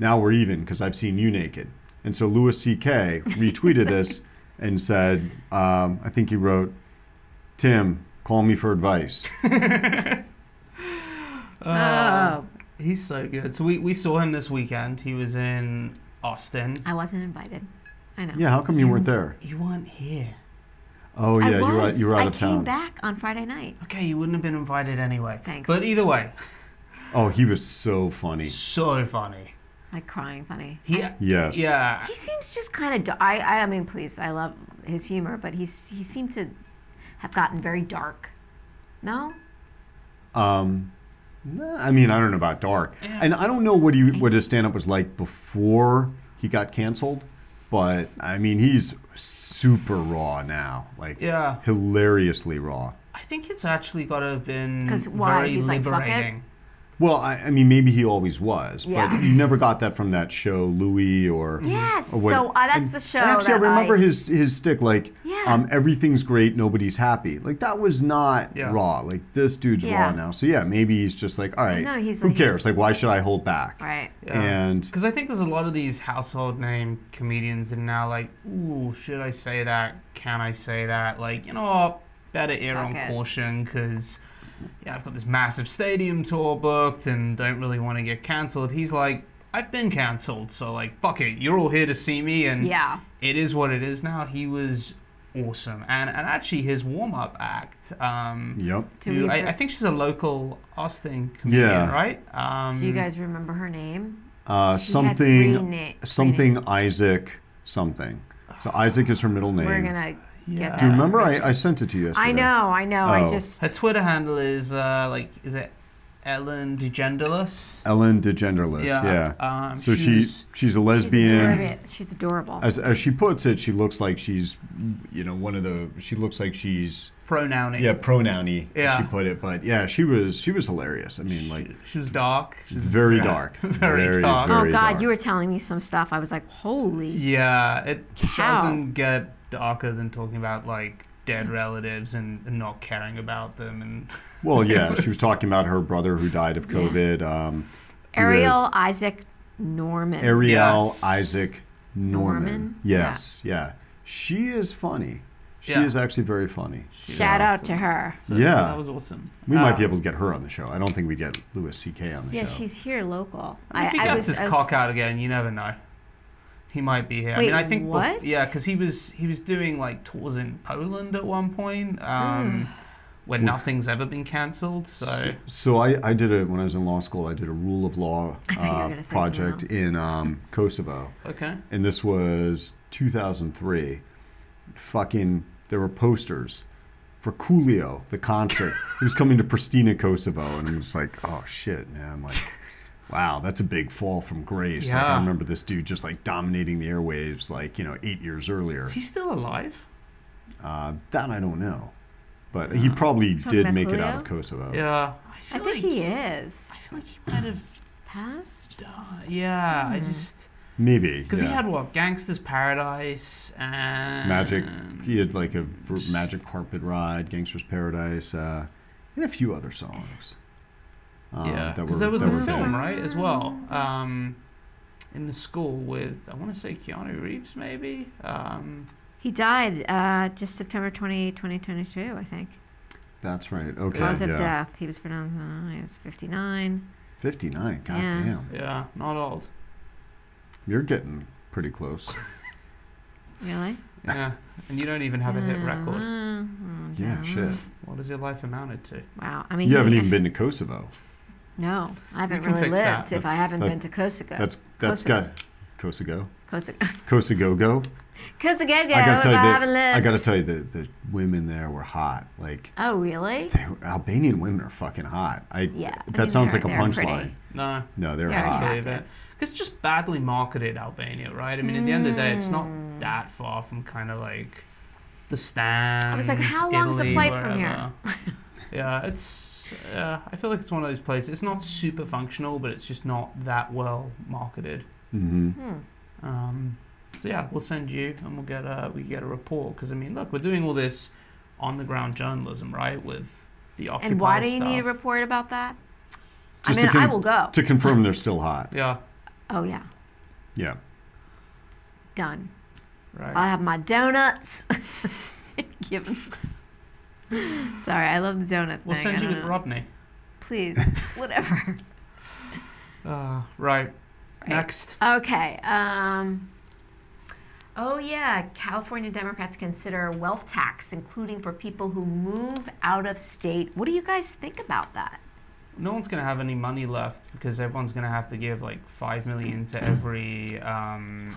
B: Now we're even because I've seen you naked. And so Louis C.K. retweeted this and said, um, I think he wrote, Tim, call me for advice.
C: Uh,
A: oh,
C: He's so good. So we, we saw him this weekend. He was in Austin.
A: I wasn't invited. I know.
B: Yeah, how come you weren't there?
C: You weren't here.
B: Oh, yeah,
A: I
B: you were, out-
A: was.
B: you were out
A: I
B: of
A: came
B: town.
A: back on Friday night.
C: Okay, you wouldn't have been invited anyway.
A: Thanks.
C: But
B: *laughs*
C: either way,
B: Oh, he was so funny.
C: so funny.
A: Like crying funny.
C: He,
B: Yes.
C: yeah.
A: He seems just kind of. I, I I mean, please, I love his humor, but he's he seemed to have gotten very dark.
B: Mm.
A: No.
B: Um, nah, I mean, I don't know about dark,
C: Yeah.
B: and I don't know what he what his stand up was like before he got canceled, but I mean, he's super raw now, like
C: Yeah.
B: hilariously raw.
C: I think it's actually got to have been
A: 'Cause why?
C: very
A: He's like, fuck it?
C: liberating.
B: Well, I, I mean, maybe he always was,
A: Yeah.
B: but you never got that from that show, Louis, or
A: Yes.
B: or what-
A: So uh, that's
B: Oh, and-
A: the show.
B: And actually, I
A: that
B: remember his his stick like,
A: Yeah.
B: um, everything's great, nobody's happy. Like that was not
C: Yeah.
B: raw. Like this dude's
A: Yeah.
B: raw now. So yeah, maybe he's just like, all right,
A: No, he's-
B: who
A: he's-
B: cares? Like, why should I hold back?
A: Right.
C: Yeah.
B: And
C: Because I think there's a lot of these household name comedians that are now like, ooh, should I say that? Can I say that? Like, you know what? Better err on
A: Fuck it.
C: caution because, yeah, I've got this massive stadium tour booked and don't really want to get cancelled. He's like, I've been cancelled, so like, fuck it. You're all here to see me, and
A: Yeah.
C: it is what it is now. He was awesome. And, and actually, his warm up act, um,
B: yep,
A: Do,
C: who-
A: we,
C: I, I think she's a local Austin comedian,
B: Yeah.
C: right? Um,
A: do
B: Mm.
A: you guys remember her name?
B: uh,
A: She had three
B: something
A: na- three
B: something Isaac something. So Isaac is her middle
A: names.
B: name.
A: We're gonna.
C: Yeah.
A: Get
B: Do you
A: that.
B: remember? I, I sent it to you yesterday.
A: I know. I know. I
B: Oh.
A: just.
C: Her Twitter handle is uh, like, is it Ellen DeGenderless?
B: Ellen DeGenderless. Yeah.
C: Um,
B: so
C: she
B: she
C: was-
B: she's
A: She's
B: a lesbian.
A: adorable. She's adorable.
B: as, as she puts it, she looks like she's, you know, one of the. She looks like she's
C: pronouning.
B: yeah pronouny.
C: Yeah.
B: She put it, but yeah, she was she was hilarious. I mean, like
C: She was dark. She was
B: very dark,
C: *laughs* Very dark.
A: oh
B: very
A: God,
B: dark.
A: you were telling me some stuff. I was like, holy.
C: Yeah, it
A: Cow.
C: doesn't get darker than talking about like dead relatives and, and not caring about them and *laughs*
B: Well, yeah, she was talking about her brother who died of COVID. Um, who is
A: Ariel Isaac Norman.
B: Ariel
C: Yes.
B: Isaac Norman.
A: Norman?
B: Yes, yeah. She is funny. She
C: Yeah.
B: is actually very funny.
A: Shout out to her.
C: So,
B: Yeah.
C: so that was awesome.
B: We might be
C: Um,
B: able to get her on the show. I don't think we'd get Louis C.K. on the
A: Yeah,
B: show.
A: she's here local.
C: If he
A: I, I
C: gets
A: was.
C: his
A: I-
C: cock out again, you never know. He might be here. I
A: Wait,
C: mean, I think bef-
A: what?
C: yeah, because he was he was doing like tours in Poland at one point,
A: Hmm.
C: um, where nothing's ever been cancelled. So
B: So I, I did a when I was in law school. I did a rule of law
A: I thought you were
B: uh,
A: gonna say
B: project
A: something
B: in um, Kosovo,
C: okay,
B: and this was 2003. Fucking, there were posters for Coolio
A: *laughs*
B: the concert. he was coming to Pristina, Kosovo, and I'm just like, oh shit, man!
A: *laughs*
B: Like, wow, that's a big fall from grace. Like, I
C: Yeah.
B: remember this dude just like dominating the airwaves, like you know, eight years earlier.
C: is he still alive?
B: Uh, that I don't know, but he probably
A: Talking
B: did
A: about
B: make it out of
A: Coolio?
B: Kosovo.
C: Yeah,
A: I
C: feel
A: think
C: like,
A: he is.
C: I feel like he might have
A: Passed.
C: died. Yeah,
A: Hmm.
C: I just
B: Maybe
C: because
B: yeah.
C: he had what Gangsters Paradise and
B: Magic. He had like a v- Magic Carpet Ride, Gangster's Paradise, uh, and a few other songs. Um,
C: Yeah,
B: that
C: because
B: were-
C: there was
B: that
C: a
B: were big.
C: film right as well. Um, in the school with I want to say Keanu Reeves maybe. Um,
E: He died uh, just September 28, 2022, I think.
B: That's right. Okay.
E: Cause of
B: yeah.
E: death. He was pronounced, uh, he was 59.
B: 59. God
E: Yeah.
B: damn.
C: yeah, not
E: *laughs*
C: old.
B: You're getting pretty close.
E: Really?
C: Yeah, and you don't even have a hit record.
E: Uh, mm,
B: Yeah,
E: mm.
B: shit.
C: What has your life amounted to?
E: Wow. I mean,
B: You
E: he-
B: haven't even been to Kosovo.
E: No, I haven't
C: can
E: really
C: fix
E: lived
C: that.
E: if I
B: That's-
E: haven't
B: that-
E: been to Kosovo.
B: That's that's
E: Kosovo.
B: got Kosovo.
E: Kosovo. *laughs*
B: Kosovo go.
E: Kosovo.
B: I gotta tell you,
E: I haven't
B: that, I
E: lived.
B: gotta tell you, the the women there were hot. Like
E: Oh,
B: *laughs*
E: really?
B: they were, Albanian women are fucking hot. I
E: Yeah, I
B: That
E: mean,
B: sounds
E: they're-
B: like a
E: they're pretty.
B: punchline.
C: No,
B: No, they're
E: Yeah,
B: hot.
E: exactly.
C: believe it. Because it's just badly marketed Albania, right? I mean, at the end of the day, it's not
E: Mm.
C: that far from kind of like the stand.
E: I was like, how long's the flight from here?
C: *laughs* yeah, it's. Uh, I feel like it's one of those places. It's not super functional, but it's just not that well marketed.
B: hmm
E: Hmm.
C: Um, so yeah, we'll send you, and we'll get a we get a report. Because I mean, look, we're doing all this on the ground journalism, right? With the Occupy
A: And why do you
C: stuff.
A: need a report about that?
B: Just
A: I mean,
B: to, con-
A: I will go.
B: to confirm they're still hot.
C: Yeah,
E: Oh, yeah.
B: Yeah.
E: Done.
C: right.
E: I'll have my donuts. *laughs* Give 'em- Sorry, I love the donut
C: we'll
E: thing.
C: send
E: I
C: you
E: don't
C: with
E: know.
C: Rodney. *laughs*
E: Please, whatever.
C: Uh, right. Next.
E: Okay. Um, oh, yeah. California Democrats consider a wealth tax, including for people who move out of state. What do you guys think about that?
C: No one's going to have any money left because everyone's going to have to give like five million to every um,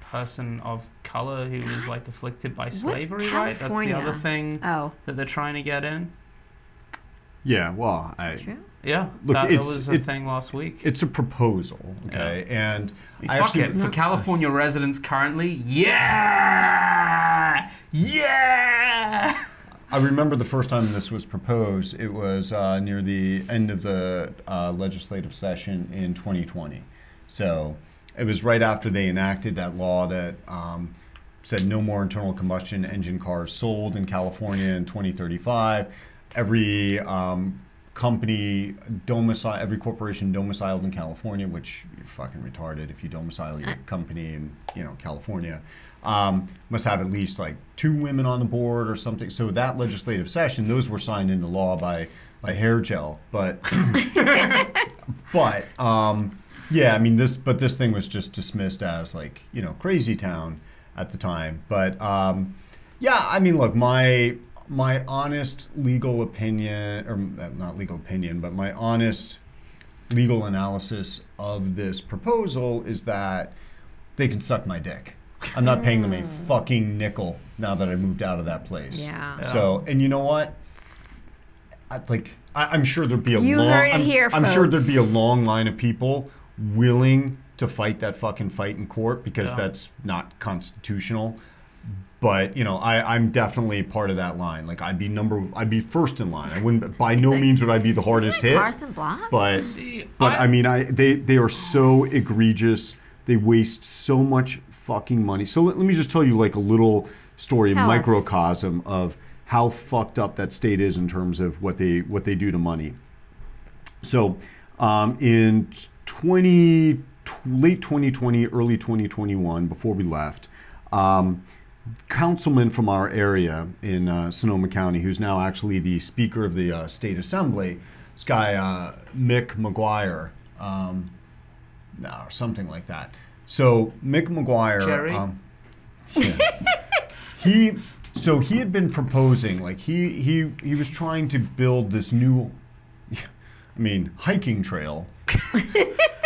C: person of color who was like afflicted by slavery, right? That's the other
E: California?
C: thing
E: Oh,
C: that they're trying to get in.
B: Yeah. Well, I,
E: true.
C: Yeah,
B: Look,
C: that, that
B: it's-
C: was a
B: it-
C: thing last week.
B: it's a proposal, okay, and I
C: Fuck
B: actually
C: it for California residents currently. Yeah, yeah.
B: I remember the first time this was proposed. It was uh, near the end of the uh, legislative session in 2020. So it was right after they enacted that law that um, said no more internal combustion engine cars sold in California in 2035. Every um, company domicile, every corporation domiciled in California, which you're fucking retarded if you domicile your company in you know California, um, must have at least like two women on the board or something. So that legislative session, those were signed into law by by hair gel, but but um, yeah, I mean this, but this thing was just dismissed as like you know crazy town at the time. But um, yeah, I mean, look, my my honest legal opinion, or uh, not legal opinion, but my honest legal analysis of this proposal is that they can suck my dick. I'm not paying them a fucking nickel now that I moved out of that place.
E: Yeah.
B: So, and you know what? I, like, I, I'm sure there'd be a
E: You
B: long.
E: heard it
B: I'm,
E: here,
B: I'm sure there'd be a
E: folks.
B: long line of people willing to fight that fucking fight in court because
C: Yeah.
B: that's not constitutional. But you know, I, I'm definitely part of that line. Like, I'd be number, I'd be first in line. I wouldn't. By no means would I be the hardest hit.
E: Carson Block?
B: But
C: See,
B: but
C: I-
B: I mean, I they they are so egregious. They waste so much fucking money. So let, let me just tell you like a little story,
E: Tell
B: a
E: us.
B: microcosm of how fucked up that state is in terms of what they what they do to money. So, um, in 20, tw- late 2020, early 2021, before we left, um, councilman from our area in uh, Sonoma County, who's now actually the Speaker of the uh, State Assembly, this guy, uh, Mick McGuire, um, or something like that. So, Mick McGuire.
C: Jerry?
B: Um, *laughs* yeah. he so he had been proposing like he he he was trying to build this new i mean hiking
C: *laughs*
B: trail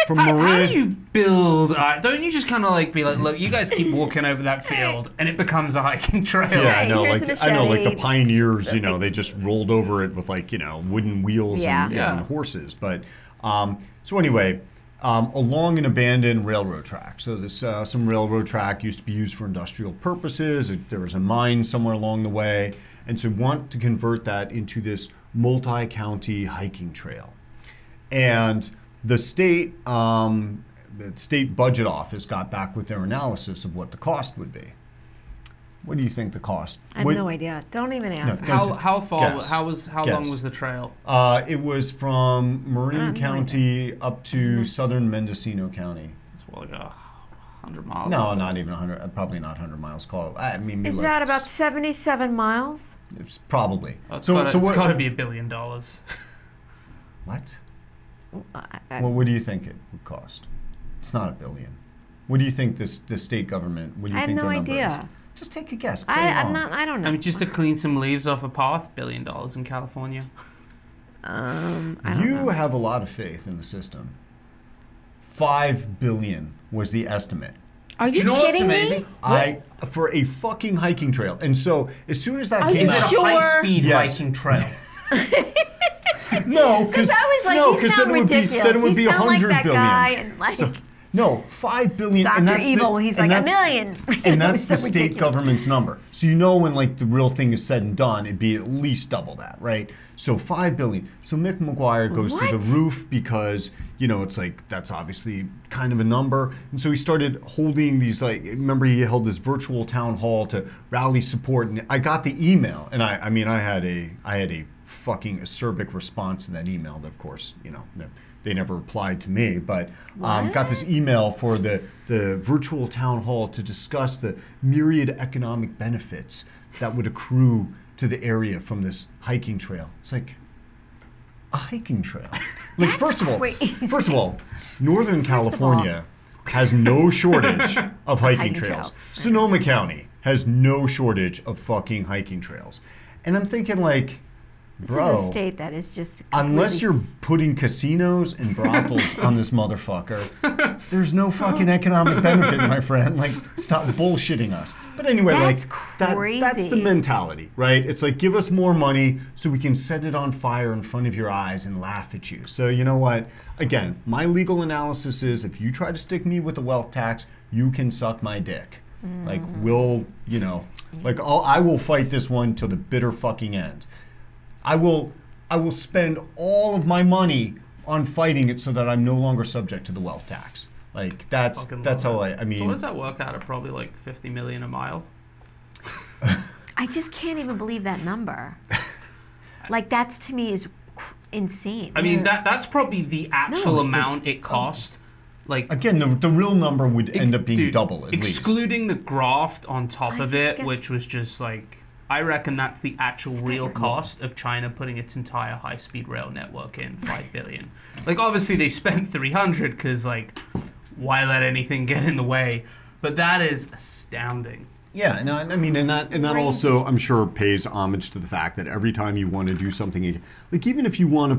B: from
C: How
B: marin
C: do you build? Uh, don't you just kind of like be like, look, you guys keep walking over that field, and it becomes a hiking *laughs* trail.
B: yeah, I know.
A: here's a
B: Like I know, like the
A: machete.
B: pioneers. You
C: *laughs*
B: know, they just rolled over it with like you know wooden wheels and,
C: Yeah.
B: and
C: Yeah.
B: horses. But um, so anyway, um, along an abandoned railroad track. So this uh, some railroad track used to be used for industrial purposes. It- There was a mine somewhere along the way, and so want to convert that into this multi-county hiking trail and the state um, the state budget office got back with their analysis of what the cost would be. What do you think the cost?
E: I have
B: would-
E: no idea. Don't even ask.
B: No.
C: How how far?
B: Guess.
C: How was how long
B: Guess.
C: was the trail?
B: Uh, it was from Marin
E: have no
A: Mm-hmm.
B: County up to southern Mendocino County.
C: It's Well, like a hundred miles.
B: No, not even 100. uh, Probably not 100 miles. Call. it- I mean, maybe
A: Is
B: like
A: that about
B: s-
A: 77 miles?
B: It's probably.
C: That's
B: so
C: gotta,
B: so
C: it's
B: what?
C: got to be a billion dollars.
B: what?
A: I- I-
B: Well, what do you think it would cost? It's not a billion. What do you think this the state government? What do you
A: I have
B: think
A: no
B: their number
A: idea.
B: is? Just take a guess. Play
A: I, I'm
B: along.
A: not. I don't know.
C: *laughs* I mean, just to clean some leaves off a path, billion dollars in California.
A: um, I don't
B: you
A: know.
B: have a lot of faith in the system. Five billion was the estimate.
A: Are you,
C: Do you know what's
A: kidding
C: amazing?
A: me?
B: I for a fucking hiking trail. And so as soon as that
A: Are
B: came
A: you
B: out,
A: sure?
B: Yes.
C: trail?
B: no, because
A: I was like,
B: no,
A: you
B: 'cause
A: sound
B: then it would
A: ridiculous.
B: be then it would
A: you
B: be a
A: sound like
B: hundred
A: that
B: billion.
A: guy and like
B: So- no, five billion.
A: Dr.
B: And that's the-
A: Evil, he's
B: and
A: like, a
B: that's-
A: million. It
B: *laughs*
A: *laughs*
B: And that's
A: was
B: the
A: so
B: state
A: ridiculous.
B: government's number. So you know when like the real thing is said and done, it'd be at least double that, right? So five billion. So Mick McGuire goes through the
A: What?
B: roof because you know it's like that's obviously kind of a number, and so he started holding these like. Remember he held this virtual town hall to rally support, and I got the email, and I I mean I had a I had a fucking acerbic response in that email that of course you know no- they never replied to me but um, got this email for the, the virtual town hall to discuss the myriad economic benefits that would accrue to the area from this hiking trail it's like a
A: *laughs*
B: hiking trail like first of all
A: crazy.
B: first of all northern
A: all-
B: california has no shortage of
A: *laughs*
B: hiking,
A: Hiking
B: trails.
A: trails.
B: sonoma county has no shortage of fucking hiking trails and i'm thinking like
A: This
B: bro
A: is a state that is just completely
B: Unless you're
A: s-
B: putting casinos and brothels on this
A: *laughs*
B: motherfucker, there's no fucking economic benefit, my friend. Like, stop bullshitting us. But anyway,
A: That's
B: like, that, that's the
A: crazy.
B: mentality, right? It's like, give us more money so we can set it on fire in front of your eyes and laugh at you. So, you know what? Again, my legal analysis is if you try to stick me with the wealth tax, you can suck my dick. Like,
A: Mm.
B: we'll, you know, like, I'll, I will fight this one till the bitter fucking end. I will I will spend all of my money on fighting it so that I'm no longer subject to the wealth tax. Like that's
C: Fucking
B: that's
C: love
B: how I
C: it.
B: I mean
C: so what does that work out at? Probably like fifty million a mile.
A: I just can't even believe that
B: *laughs*
A: number. like that's to me is cr- insane.
C: I mean, that that's probably the actual
B: No, it's-
C: amount it cost. Like
B: again the, the real number would end
C: Ex-
B: up being
C: dude,
B: double at least.
C: excluding the graft on top
A: I
C: of
A: just
C: it,
A: guess-
C: which was just like I reckon that's the actual real cost of China putting its entire high-speed rail network in five billion. like obviously they spent three hundred because like why let anything get in the way? But that is astounding.
B: Yeah, no, and I mean, and that and that also, I'm sure, pays homage to the fact that every time you want to do something, like even if you want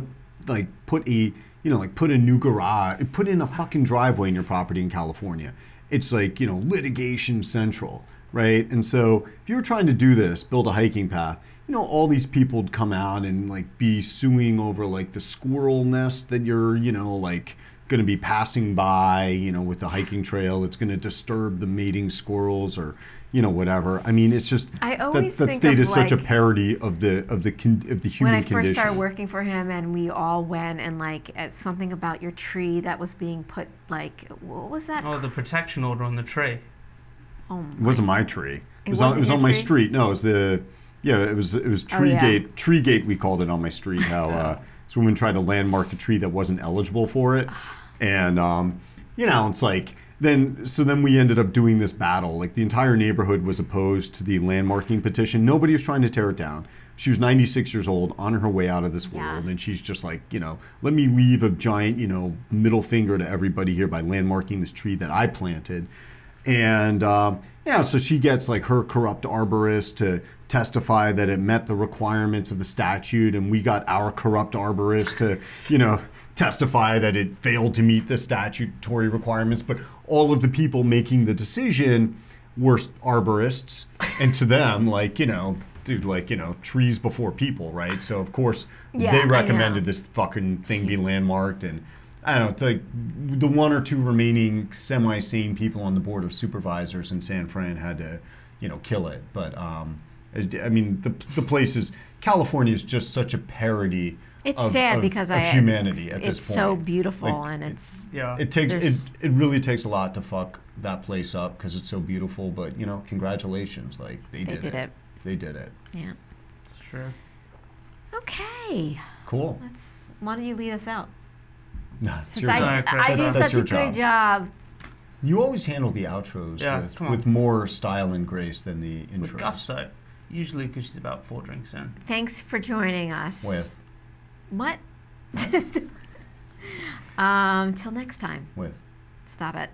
B: to, like put a, you know, like put a new garage, put in a fucking driveway in your property in California, it's like you know litigation central, right? And so if you were trying to do this, build a hiking path, you know, all these people would come out and like be suing over like the squirrel nest that you're, you know, like going to be passing by, you know, with the hiking trail. It's going to disturb the mating squirrels or, you know, whatever. I mean, it's just
A: I
B: that,
A: always
B: that
A: think
B: state
A: of,
B: is such a
A: like-
B: parody of the of the con, of the human
A: when I first
B: condition.
A: started working for him, and we all went and like at something about your tree that was being put like what was that?
C: Oh, the protection order on the tree.
B: it wasn't my tree. It,
A: It
B: was on,
A: wasn't
B: it was
A: your
B: on my
A: tree? Oh,
B: street. No, it was the yeah. It was it was tree
A: yeah.
B: gate. Tree gate we called it on my
A: *laughs*
B: street. How uh, this woman tried to landmark a tree that wasn't eligible for it, and um, you know it's like then so then we ended up doing this battle. Like the entire neighborhood was opposed to the landmarking petition. Nobody was trying to tear it down. She was 96 years old, on her way out of this world,
A: Yeah.
B: and and she's just like, you know, let me leave a giant, you know, middle finger to everybody here by landmarking this tree that I planted. And, um, you know, so she gets like her corrupt arborist to testify that it met the requirements of the statute, and we got our corrupt arborist to, you know, testify that it failed to meet the statutory requirements. But all of the people making the decision were arborists, and to them, like, you know, dude, like, you know, trees before people, right? So, of course,
A: Yeah, I
B: they
A: know.
B: recommended this fucking thing be landmarked and I don't know, like the one or two remaining semi sane people on the board of supervisors in San Fran had to, you know, kill it. But um, I I mean, the the place is California is just such a parody.
A: It's
B: of,
A: sad
B: of-
A: because
B: of
A: I
B: humanity
A: it's,
B: at this
A: it's
B: point.
A: so beautiful
B: Like,
A: and it's
C: Yeah.
B: It takes
A: There's-
B: it, it really takes a lot to fuck that place up because it's so beautiful. But you know, congratulations, like they,
A: They did it.
B: They did it.
A: yeah.
C: It's true.
A: Okay,
B: Cool. *laughs*
A: let's. Why don't you lead us out?
B: No, it's
A: Since
B: your
A: I,
B: job.
C: job.
A: I do
B: That's-
A: such
B: that's
A: a
B: your
A: good job.
B: You always handle the outros
C: Yeah,
B: with,
C: come on.
B: with more style and grace than the intros.
C: with gusto. Usually because she's about four drinks in.
A: Thanks for joining us.
B: With
A: What? *laughs* um, till next time.
B: with.
A: Stop it.